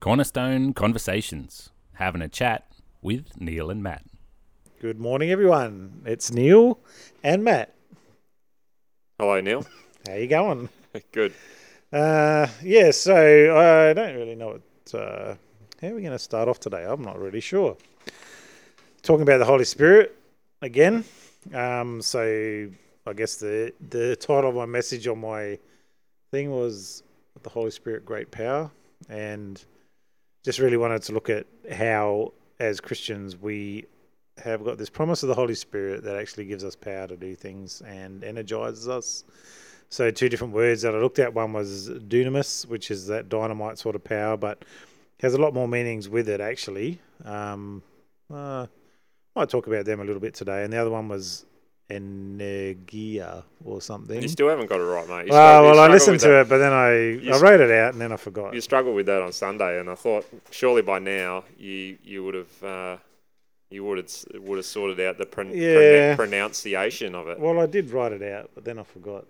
Cornerstone Conversations, having a chat with Neil and Matt. Good morning, everyone. It's Neil and Matt. Hello, Neil. How you going? Good. Uh, yeah, so I don't really know what. Uh, how are we going to start off today? I'm not really sure. Talking about the Holy Spirit again. Um, so I guess the the title of my message on my thing was the Holy Spirit, great power, and just really wanted to look at how, as Christians, we have got this promise of the Holy Spirit that actually gives us power to do things and energizes us. So two different words that I looked at. One was dunamis, which is that dynamite sort of power, but has a lot more meanings with it actually. Um, uh, might talk about them a little bit today. And the other one was energia or something. You still haven't got it right, mate. You well, Ah, well, I listened listened to it, but then I I s- wrote it out and then I forgot. You struggled with that on Sunday, and I thought surely by now you you would have uh, you would have would have sorted out the pron- pron- Yeah. pronunciation of it. well, I did write it out, but then I forgot.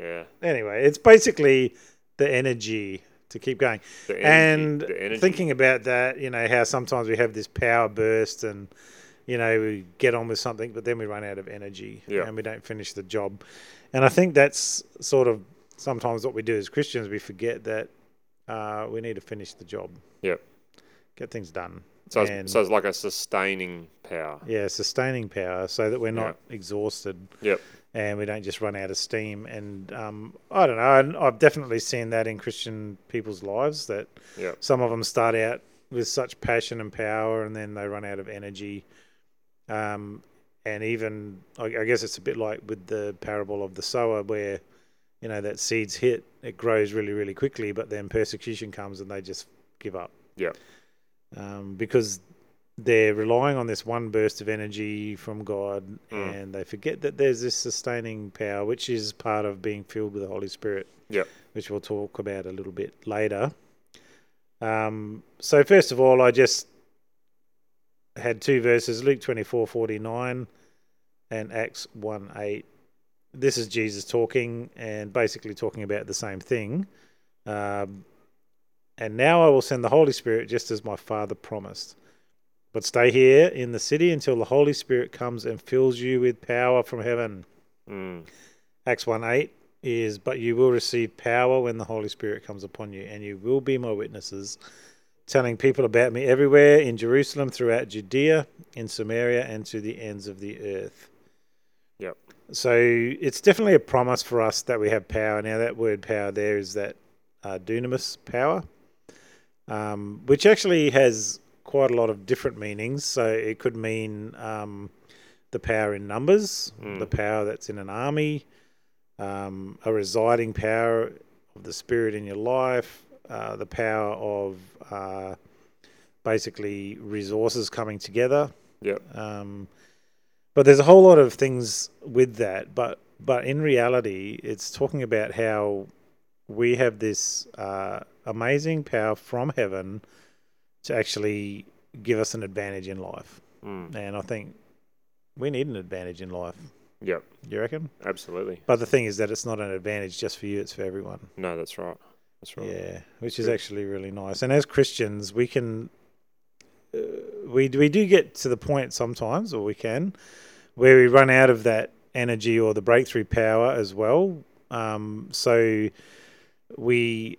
Yeah. Anyway, it's basically the energy to keep going. The energy, and the energy. thinking about that, you know, how sometimes we have this power burst and, you know, we get on with something, but then we run out of energy Yeah. and we don't finish the job. And I think that's sort of sometimes what we do as Christians, we forget that uh, we need to finish the job. Yeah. Get things done. So and- it's, so it's like a sustaining power. Yeah, sustaining power so that we're not exhausted Yep. and we don't just run out of steam. And um, I don't know. and I've definitely seen that in Christian people's lives that Yep. some of them start out with such passion and power, and then they run out of energy. Um, and even I, I guess it's a bit like with the parable of the sower, where you know that seeds hit, it grows really, really quickly, but then persecution comes and they just give up. Yep. Um, because they're relying on this one burst of energy from God Mm. and they forget that there's this sustaining power, which is part of being filled with the Holy Spirit. Yep. Which we'll talk about a little bit later. Um, so, first of all, I just had two verses Luke twenty four forty nine and Acts 1 8. This is Jesus talking and basically talking about the same thing. Um, and now I will send the Holy Spirit just as my Father promised. But stay here in the city until the Holy Spirit comes and fills you with power from heaven. Mm. Acts 1 8 is, But you will receive power when the Holy Spirit comes upon you, and you will be my witnesses, telling people about me everywhere in Jerusalem, throughout Judea, in Samaria, and to the ends of the earth. Yep. So it's definitely a promise for us that we have power. Now, that word power there is that uh, dunamis power, um, which actually has quite a lot of different meanings. So it could mean um, the power in numbers, the power that's in an army, um, a residing power of the spirit in your life, uh, the power of uh, basically resources coming together. Yep. Um, but there's a whole lot of things with that. But but in reality, it's talking about how we have this uh, amazing power from heaven to actually give us an advantage in life. Mm. And I think we need an advantage in life. Yep. You reckon? Absolutely. But the thing is that it's not an advantage just for you; it's for everyone. No, that's right. That's right. Yeah, which is actually really nice. And as Christians, we can uh, we we do get to the point sometimes, or we can, where we run out of that energy or the breakthrough power as well. Um, so we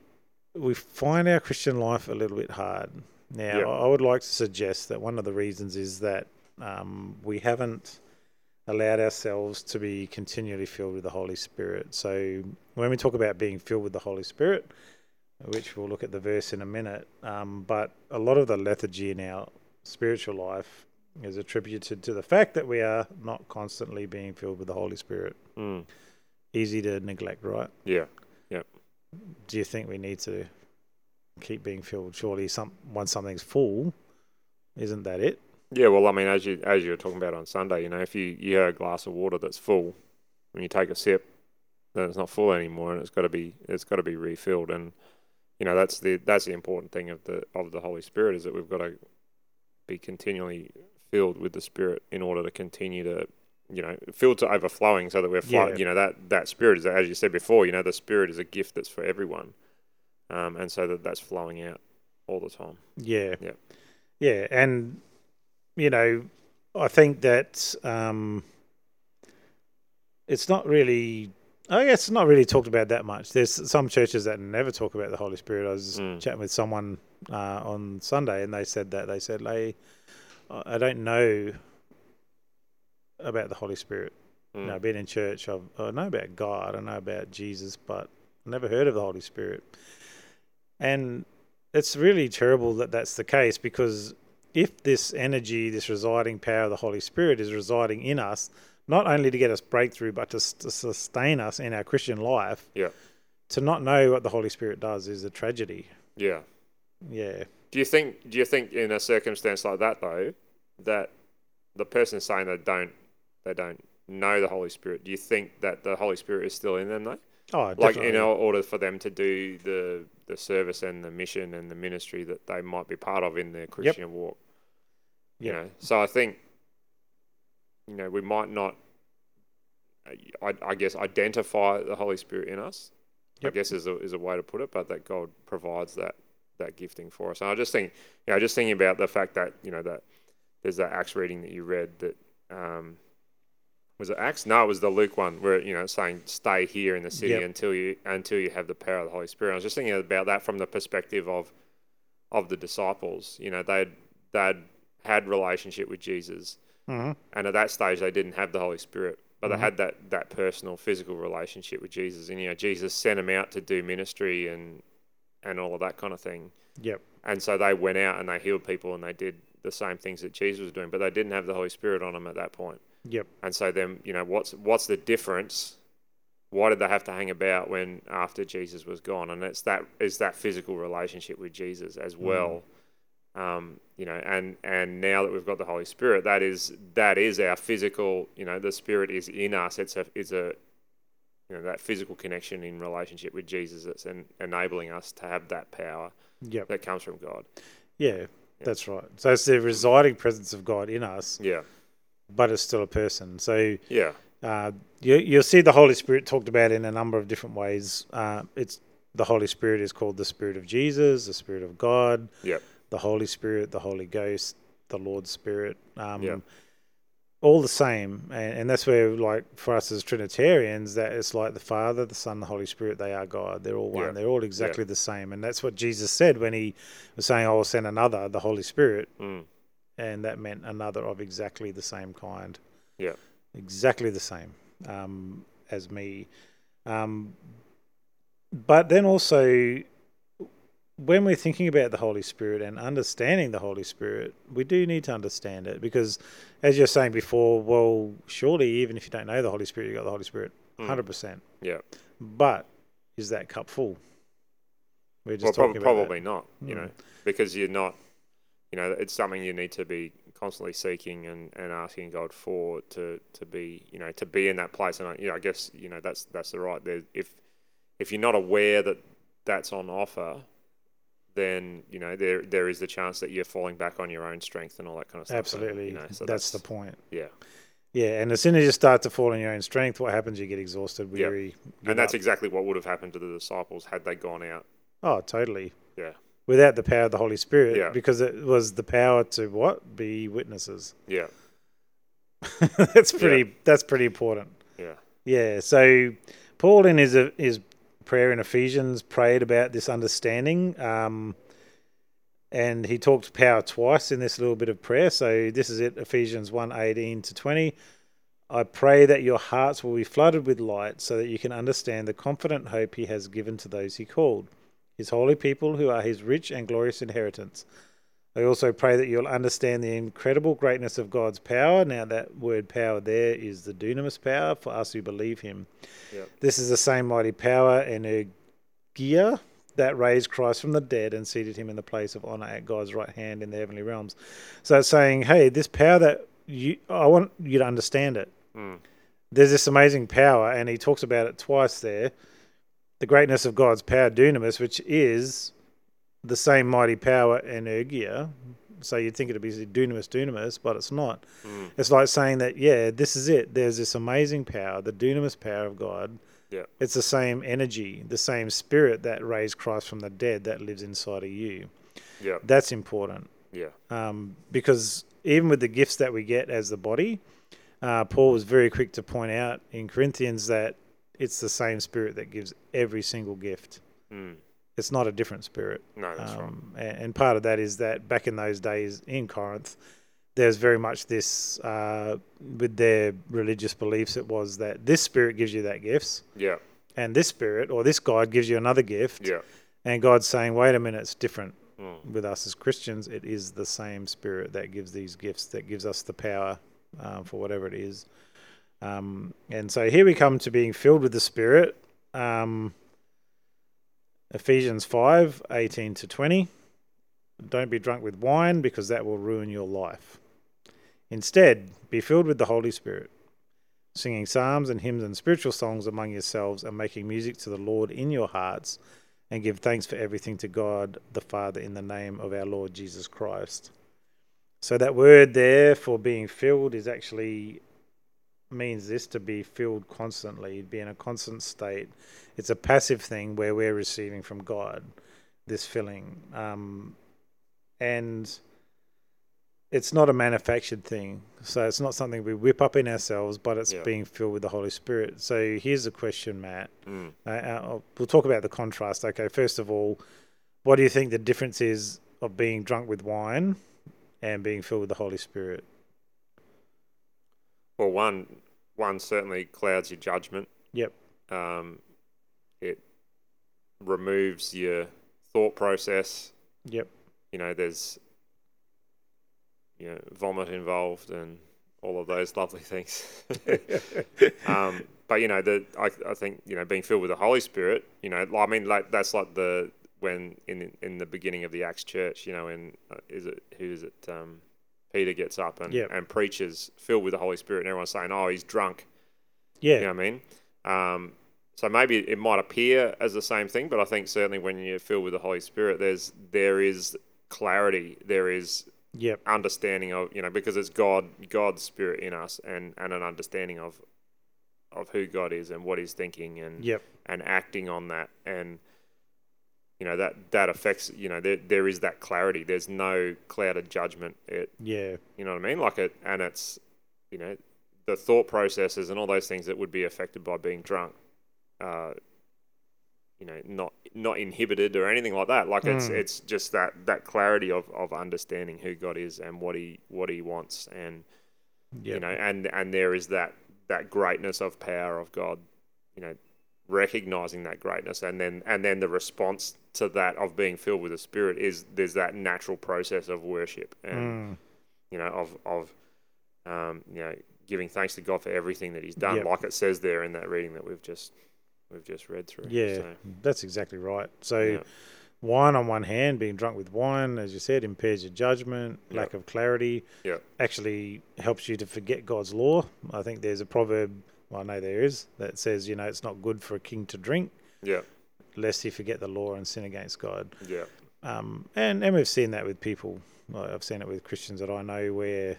we find our Christian life a little bit hard. Now, Yeah. I would like to suggest that one of the reasons is that um, we haven't allowed ourselves to be continually filled with the Holy Spirit. So when we talk about being filled with the Holy Spirit, which we'll look at the verse in a minute, um, but a lot of the lethargy in our spiritual life is attributed to the fact that we are not constantly being filled with the Holy Spirit. Mm. Easy to neglect, right? Yeah. do you think we need to keep being filled? Surely, some once something's full, isn't that it? Yeah, well, I mean, as you as you were talking about on Sunday, you know, if you you have a glass of water that's full, when you take a sip, then it's not full anymore, and it's got to be it's got to be refilled. And you know, that's the that's the important thing of the of the Holy Spirit is that we've got to be continually filled with the Spirit in order to continue to you know filled to overflowing, so that we're flow- Yeah. you know that that Spirit is as you said before, you know, the Spirit is a gift that's for everyone, um, and so that that's flowing out all the time. Yeah. Yeah. Yeah. And, you know, I think that um, it's not really, I guess, it's not really talked about that much. There's some churches that never talk about the Holy Spirit. I was Mm. chatting with someone uh, on Sunday and they said that. They said, like, I I don't know about the Holy Spirit. Mm. You know, I've been in church. I've, I know about God. I know about Jesus, but I never heard of the Holy Spirit. And it's really terrible that that's the case because if this energy, this residing power of the Holy Spirit is residing in us, not only to get us breakthrough, but to, s- to sustain us in our Christian life, Yeah. to not know what the Holy Spirit does is a tragedy. Yeah. Yeah. Do you think? Do you think in a circumstance like that though, that the person saying they don't, they don't know the Holy Spirit? Do you think that the Holy Spirit is still in them though? Oh, like definitely. in order for them to do the the service and the mission and the ministry that they might be part of in their Christian walk. You Yep. know, so I think you know we might not, I, I guess, identify the Holy Spirit in us. Yep. I guess is a, is a way to put it, but that God provides that that gifting for us. And I just think, you know, just thinking about the fact that you know that there's that Acts reading that you read that. Um, was it Acts? No, it was the Luke one where you know it's saying stay here in the city Yep. until you until you have the power of the Holy Spirit. I was just thinking about that from the perspective of of the disciples. You know, they'd they'd had relationship with Jesus, Mhm. and at that stage they didn't have the Holy Spirit, but they had that that personal physical relationship with Jesus, and you know Jesus sent them out to do ministry and and all of that kind of thing. Yep. And so they went out and they healed people and they did the same things that Jesus was doing, but they didn't have the Holy Spirit on them at that point. Yep. And so then, you know, what's what's the difference? Why did they have to hang about when after Jesus was gone? And it's that is that physical relationship with Jesus as well. Um, you know, and and now that we've got the Holy Spirit, that is that is our physical. You know, the Spirit is in us. It's a it's a you know that physical connection in relationship with Jesus that's en- enabling us to have that power Yep. that comes from God. Yeah. That's right. So it's the residing presence of God in us, Yeah, but it's still a person. So yeah, uh, you, you'll see the Holy Spirit talked about in a number of different ways. Uh, it's the Holy Spirit is called the Spirit of Jesus, the Spirit of God, yeah, the Holy Spirit, the Holy Ghost, the Lord's Spirit. Um, Yeah. All the same, and, and that's where, like, for us as Trinitarians, that it's like the Father, the Son, the Holy Spirit. They are God. They're all one. Yeah. They're all exactly the same, and that's what Jesus said when he was saying, "I will send another, the Holy Spirit," mm, and that meant another of exactly the same kind yeah, exactly the same um, as me. Um, but then also, when we're thinking about the Holy Spirit and understanding the Holy Spirit, we do need to understand it because, as you're saying before, well, surely even if you don't know the Holy Spirit, you got the Holy Spirit, Mm. hundred percent. yeah. But is that cup full? We're Well, just prob- talking about that. Hmm. probably not. You know, because you're not. You know, it's something you need to be constantly seeking and, and asking God for to to be you know to be in that place. And I, you know, I guess you know that's that's the right. There, if if you're not aware that that's on offer, then you know there there is the chance that you're falling back on your own strength and all that kind of stuff. Absolutely, You know, so that's the point. yeah. Yeah, and as soon as you start to fall on your own strength, what happens? You get exhausted, Yeah. weary, give And that's up. exactly what would have happened to the disciples had they gone out. oh, totally. Yeah, without the power of the Holy Spirit, Yeah. because it was the power to what be witnesses. yeah, that's pretty. That's pretty important. yeah, Yeah. So Paul in his his prayer in Ephesians prayed about this understanding, um, and he talked power twice in this little bit of prayer. So this is it, Ephesians one eighteen to twenty. I pray that your hearts will be flooded with light so that you can understand the confident hope he has given to those he called, his holy people who are his rich and glorious inheritance. I also pray that you'll understand the incredible greatness of God's power. Now, that word power there is the dunamis power for us who believe him. Yep. This is the same mighty power and ergia that raised Christ from the dead and seated him in the place of honor at God's right hand in the heavenly realms. So it's saying, hey, this power that you, I want you to understand it. Mm. There's this amazing power, and he talks about it twice there. The greatness of God's power, dunamis, which is the same mighty power, energia, so you'd think it'd be dunamis, dunamis, but it's not. It's like saying that, yeah, this is it. There's this amazing power, the dunamis power of God. yeah, It's the same energy, the same spirit that raised Christ from the dead that lives inside of you. Yeah. That's important Yeah. um, because even with the gifts that we get as the body, uh, Paul was very quick to point out in Corinthians that it's the same spirit that gives every single gift. Mm. It's not a different spirit. No, that's right. Um, a- and part of that is that back in those days in Corinth, there's very much this uh, with their religious beliefs. It was that this spirit gives you that gifts, Yeah. and this spirit or this God gives you another gift. Yeah. And God's saying, wait a minute, it's different Mm. with us as Christians, it is the same Spirit that gives these gifts, that gives us the power um, for whatever it is. Um, and so here we come to being filled with the Spirit. Um, Ephesians 5 18 to 20. Don't be drunk with wine because that will ruin your life. Instead, be filled with the Holy Spirit, singing psalms and hymns and spiritual songs among yourselves and making music to the Lord in your hearts and give thanks for everything to God the Father in the name of our Lord Jesus Christ. So that word there for being filled is actually means this to be filled constantly, be in a constant state. It's a passive thing where we're receiving from God this filling. Um, and it's not a manufactured thing. So it's not something we whip up in ourselves, but it's Yeah. being filled with the Holy Spirit. So here's the question, Matt. Mm. Uh, Uh, we'll talk about the contrast. Okay, first of all, what do you think the difference is of being drunk with wine and being filled with the Holy Spirit? Well, one one certainly clouds your judgment. Yep. Um, it removes your thought process. Yep. You know, there's you know vomit involved and all of those lovely things. um, but you know, the I, I think you know being filled with the Holy Spirit. You know, I mean, like that's like the when in in the beginning of the Acts Church. You know, and uh, is it who is it? Um, Peter gets up and Yep. and preaches filled with the Holy Spirit, and everyone's saying, "Oh, he's drunk." Yeah. You know what I mean? Um, so maybe it might appear as the same thing, but I think certainly when you're filled with the Holy Spirit, there's there is clarity, there is Yep. understanding of you know because it's God God's Spirit in us and and an understanding of of who God is and what He's thinking and Yep. and acting on that and you know that that affects you know there there is that clarity. There's no clouded judgment. It Yeah. you know what I mean? Like it, and it's, you know, the thought processes and all those things that would be affected by being drunk, uh, you know, not not inhibited or anything like that. Like it's Mm. it's just that that clarity of of understanding who God is and what he what he wants, and Yep. you know, and and there is that that greatness of power of God, you know, recognizing that greatness, and then and then the response to that of being filled with the Spirit is there's that natural process of worship and Mm. you know, of of um, you know, giving thanks to God for everything that He's done, Yep. like it says there in that reading that we've just we've just read through. Yeah. So, That's exactly right. So yeah. wine on one hand, being drunk with wine, as you said, impairs your judgment, Yep. lack of clarity. Yeah. Actually helps you to forget God's law. I think there's a proverb, well, I know there is, that says, you know, it's not good for a king to drink, Yeah. lest he forget the law and sin against God. Yeah. Um, and and we've seen that with people. Like I've seen it with Christians that I know where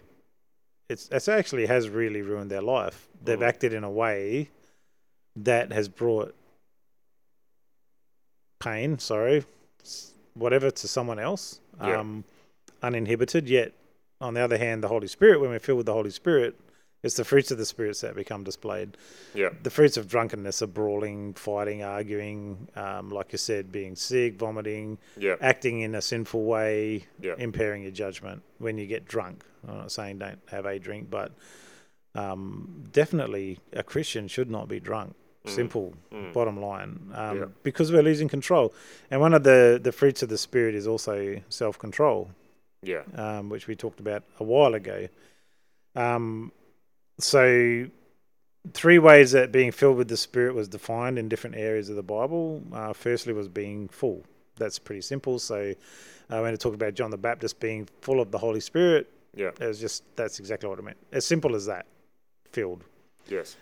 it's it's actually has really ruined their life. They've Mm. acted in a way that has brought pain, sorry, s- whatever to someone else, Yeah. um, uninhibited. Yet, on the other hand, the Holy Spirit, when we're filled with the Holy Spirit, it's the fruits of the spirits that become displayed Yeah. the fruits of drunkenness are brawling, fighting, arguing, um, like you said, being sick, vomiting, Yeah. acting in a sinful way, Yeah. impairing your judgment when you get drunk. I'm not saying don't have a drink, but um, definitely a Christian should not be drunk. Simple, bottom line, um, Yeah. because we're losing control. And one of the, the fruits of the Spirit is also self control Yeah. um, which we talked about a while ago. Um, so, three ways that being filled with the Spirit was defined in different areas of the Bible. Uh, firstly, was being full. That's pretty simple. So, uh, when it talked about John the Baptist being full of the Holy Spirit, Yeah. it was just that's exactly what it meant. As simple as that, filled. Yes.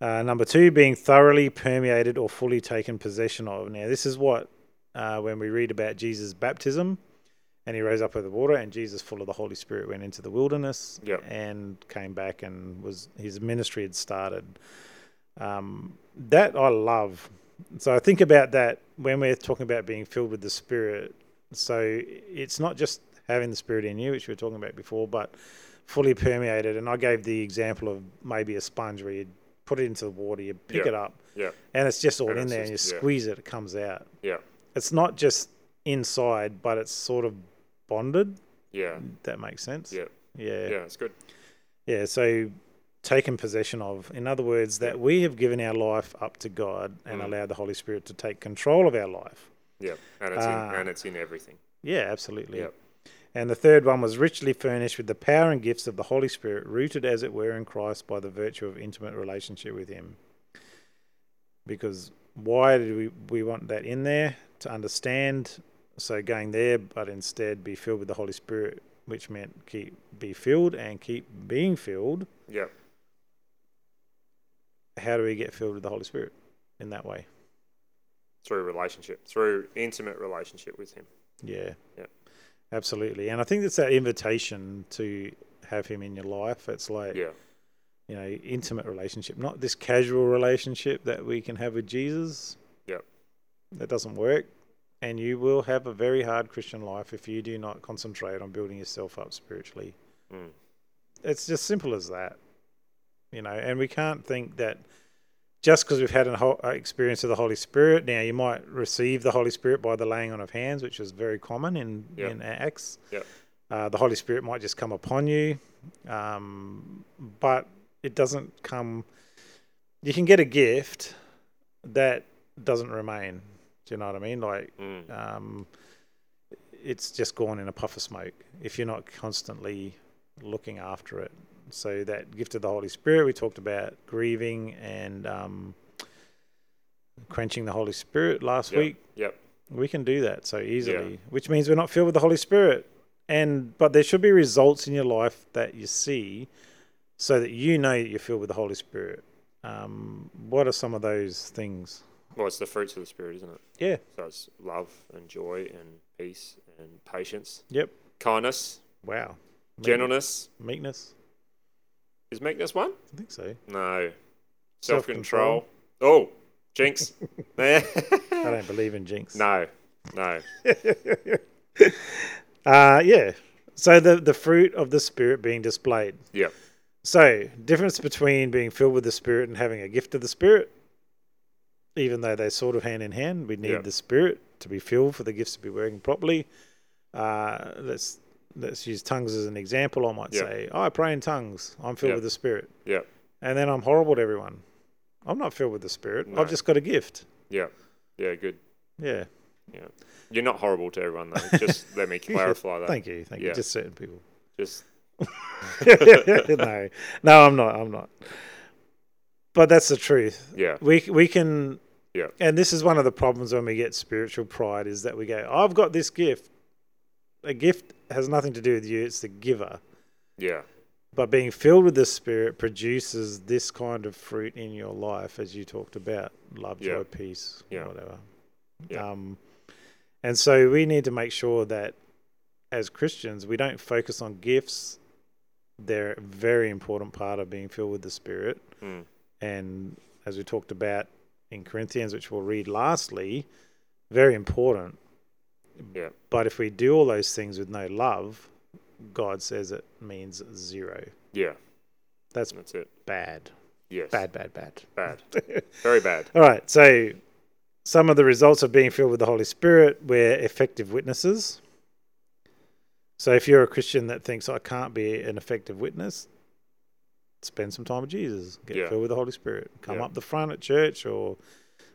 Uh, number two, being thoroughly permeated or fully taken possession of. Now, this is what, uh, when we read about Jesus' baptism, and he rose up out of the water, and Jesus, full of the Holy Spirit, went into the wilderness Yep. and came back, and was his ministry had started. Um, that I love. So I think about that when we're talking about being filled with the Spirit. So it's not just having the spirit in you, which we were talking about before, but fully permeated. And I gave the example of maybe a sponge where you put it into the water, you pick Yeah. it up, Yeah. and it's just all And in it's there, and you just- yeah. squeeze it, it comes out. Yeah. It's not just inside, but it's sort of bonded. Yeah. That makes sense. Yeah. Yeah. Yeah. It's good. Yeah, so taken possession of. In other words, that we have given our life up to God and allowed the Holy Spirit to take control of our life. Yeah. And it's Ah. in, and it's in everything. Yeah, absolutely. Yep. And the third one was richly furnished with the power and gifts of the Holy Spirit, rooted as it were in Christ by the virtue of intimate relationship with Him. Because why did we, we want that in there? To understand. So going there, but instead be filled with the Holy Spirit, which meant keep be filled and keep being filled Yeah. how do we get filled with the Holy Spirit in that way? Through relationship, through intimate relationship with Him. Yeah. Yep. Absolutely. And I think it's that invitation to have him in your life. It's like, Yeah. you know, intimate relationship, not this casual relationship that we can have with Jesus. Yep. That doesn't work. And you will have a very hard Christian life if you do not concentrate on building yourself up spiritually. Mm. It's just simple as that. You know, and we can't think that just because we've had an ho- uh, experience of the Holy Spirit, now you might receive the Holy Spirit by the laying on of hands, which is very common in, Yep. in Acts. Yep. Uh, the Holy Spirit might just come upon you, um, but it doesn't come. You can get a gift that doesn't remain. Do you know what I mean? Like, Mm. um, it's just gone in a puff of smoke if you're not constantly looking after it. So that gift of the Holy Spirit, we talked about grieving and um, quenching the Holy Spirit last Yep. week. Yep. We can do that so easily, which means we're not filled with the Holy Spirit. And but there should be results in your life that you see, so that you know that you're filled with the Holy Spirit. Um, what are some of those things? Well, it's the fruits of the spirit, isn't it? Yeah. So it's love and joy and peace and patience, Yep. kindness, Wow. Meek- gentleness. meekness. Is meekness one? I think so. No. Self Self-control. control. Oh, jinx. no, I don't believe in jinx. no. No. Uh, yeah. So the the fruit of the Spirit being displayed. Yep. So, difference between being filled with the Spirit and having a gift of the Spirit, even though they're sort of hand in hand, we need Yeah. the Spirit to be filled for the gifts to be working properly. Uh, let's let's use tongues as an example. I might Yeah. say, "Oh, I pray in tongues. I'm filled Yeah. with the Spirit," Yep. and then I'm horrible to everyone. I'm not filled with the Spirit. No. I've just got a gift. Yep. Yeah, good. Yeah. Yeah. You're not horrible to everyone, though. Just let me clarify that. Thank you. Thank Yeah. you. Just certain people. Just, no, no, I'm not. I'm not. But that's the truth. yeah. we we can Yeah. and this is one of the problems when we get spiritual pride is that we go i've got this gift a gift has nothing to do with you it's the giver Yeah. but being filled with the spirit produces this kind of fruit in your life as you talked about love Yeah. joy peace Yeah. whatever Yeah. um and so we need to make sure that as christians we don't focus on gifts they're a very important part of being filled with the spirit Mm. and as we talked about in Corinthians, which we'll read lastly, very important. Yeah. But if we do all those things with no love, God says it means zero. Yeah. That's That's it. bad. Yes. Bad, bad, bad. Bad. Very bad. All right. So, some of the results of being filled with the Holy Spirit were effective witnesses. So, if you're a Christian that thinks, I can't be an effective witness, spend some time with Jesus. Get Yeah. filled with the Holy Spirit. Come Yeah. up the front at church or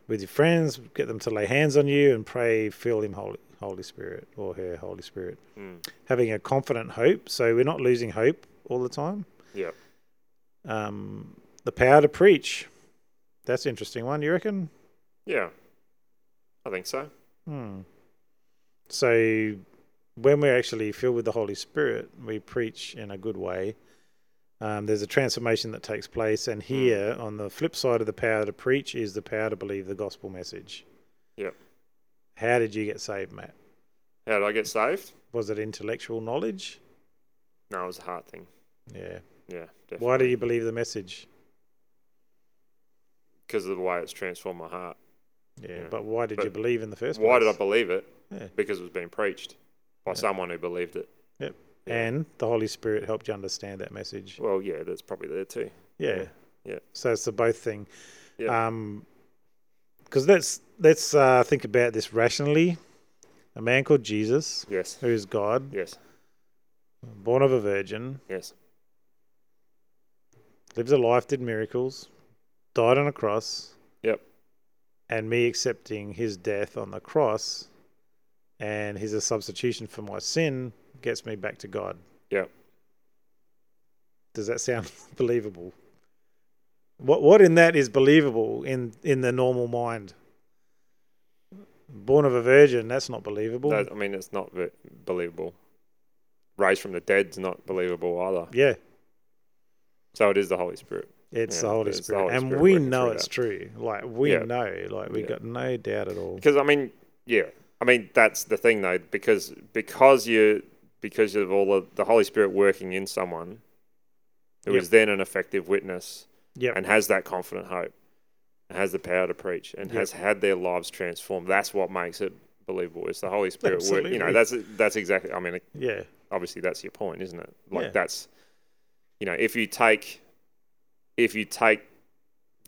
with your friends, get them to lay hands on you and pray, fill him, Holy, Holy Spirit, or her, Holy Spirit. Mm. Having a confident hope. So, we're not losing hope all the time Yeah. um, the power to preach. That's an interesting one. You reckon? Yeah. I think so. Hmm. So, when we're actually filled with the Holy Spirit, we preach in a good way. Um, there's a transformation that takes place, and here on the flip side of the power to preach is the power to believe the gospel message. Yep. How did you get saved, Matt? How did I get saved? Was it intellectual knowledge? No, it was a hard thing. Yeah. Yeah. Definitely. Why do you believe the message? Because of the way it's transformed my heart. Yeah. Yeah. But why did you But believe in the first Why place? did I believe it? Yeah. because it was being preached by someone who believed it. And the Holy Spirit helped you understand that message. Well, yeah, that's probably there too. Yeah. Yeah. So it's the both thing. Yeah. Um, because let's let's uh, think about this rationally. A man called Jesus, Yes, who is God, yes, born of a virgin, yes, lived a life, did miracles, died on a cross. Yep. And me accepting his death on the cross, and he's a substitution for my sin, gets me back to God. Yep. Does that sound believable? What what in that is believable in in the normal mind? Born of a virgin, that's not believable. That- I mean, it's not ve- believable. Raised from the dead's not believable either. yeah, So it is the Holy Spirit. it's Yeah, the Holy it's the Spirit, Holy and Spirit we working know through it's that. true. Like we Yeah. know, like we Yeah. got no doubt at all. Because I mean, yeah, I mean that's the thing though, because because you because of all of the Holy Spirit working in someone who is Yep. then an effective witness Yep. and has that confident hope, and has the power to preach, and Yep. has had their lives transformed. That's what makes it believable. It's the Holy Spirit. Work, you know, Absolutely. that's that's exactly. I mean, Yeah, obviously that's your point, isn't it? Like Yeah. that's you know, if you take if you take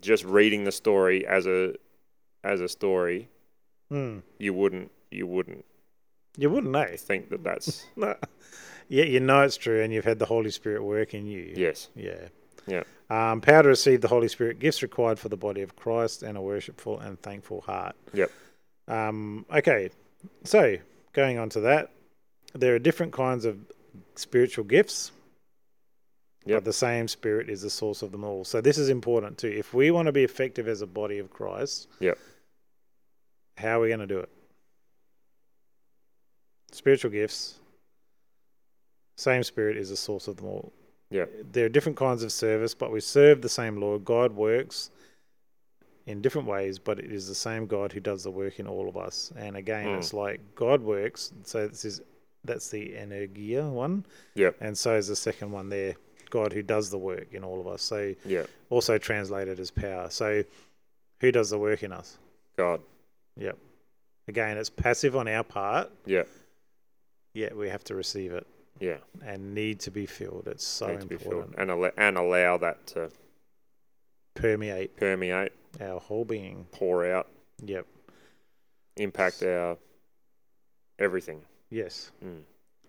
just reading the story as a as a story, Hmm. you wouldn't you wouldn't you wouldn't know. think that that's No. Yeah, you know it's true, and you've had the Holy Spirit work in you. yes, Yeah. Yeah. Um, power to receive the Holy Spirit gifts required for the body of Christ and a worshipful and thankful heart. Yep. Um, okay. So going on to that, there are different kinds of spiritual gifts. Yep. But the same spirit is the source of them all. So this is important too. If we want to be effective as a body of Christ, Yep. how are we going to do it? Spiritual gifts. Same spirit is the source of them all yeah, there are different kinds of service, but we serve the same Lord. God works in different ways, but it is the same God who does the work in all of us. And again, Mm. it's like God works. So this is that's the energia one, yeah, and so is the second one there. God who does the work in all of us. So yeah. also translated as power. So who does the work in us? God, Yep. Again, it's passive on our part, yeah, yet we have to receive it yeah. and need to be filled. It's so Need to be filled important. and al- and allow that to Permeate permeate, our whole being. pour out, Yep. impact our everything. Yes. Mm.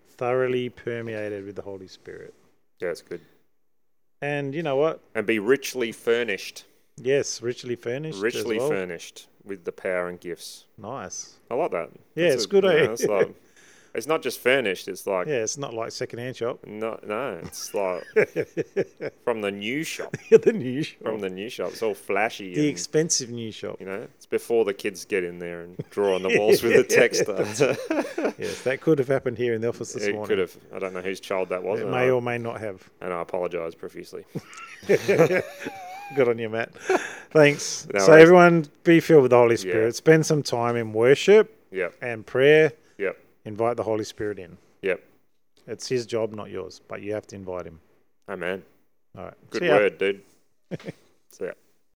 Thoroughly permeated with the Holy Spirit. Yeah, it's good. And you know what? And be richly furnished, Yes, richly furnished. as richly well. furnished with the power and gifts. Nice. I like that. Yeah, That's it's a- good, you eh? know, it's, like, it's not just furnished. It's like Yeah, it's not like secondhand shop. no, no. It's like the from the new shop. new shop. From the new shop, it's all flashy. the and, expensive new shop. you know, it's before the kids get in there and draw on the walls with a text. Yes, that could have happened here in the office this it morning. could have. uh, I don't know whose child that was, It and, may I, or may not have. and I apologise profusely. Good on you, Matt. Thanks. No so worries. everyone, be filled with the Holy Spirit. Yeah. Spend some time in worship Yep, and prayer. yep, Invite the Holy Spirit in. yep. It's His job, not yours, but you have to invite Him. Amen. All right. Good See ya. word, dude. so yeah.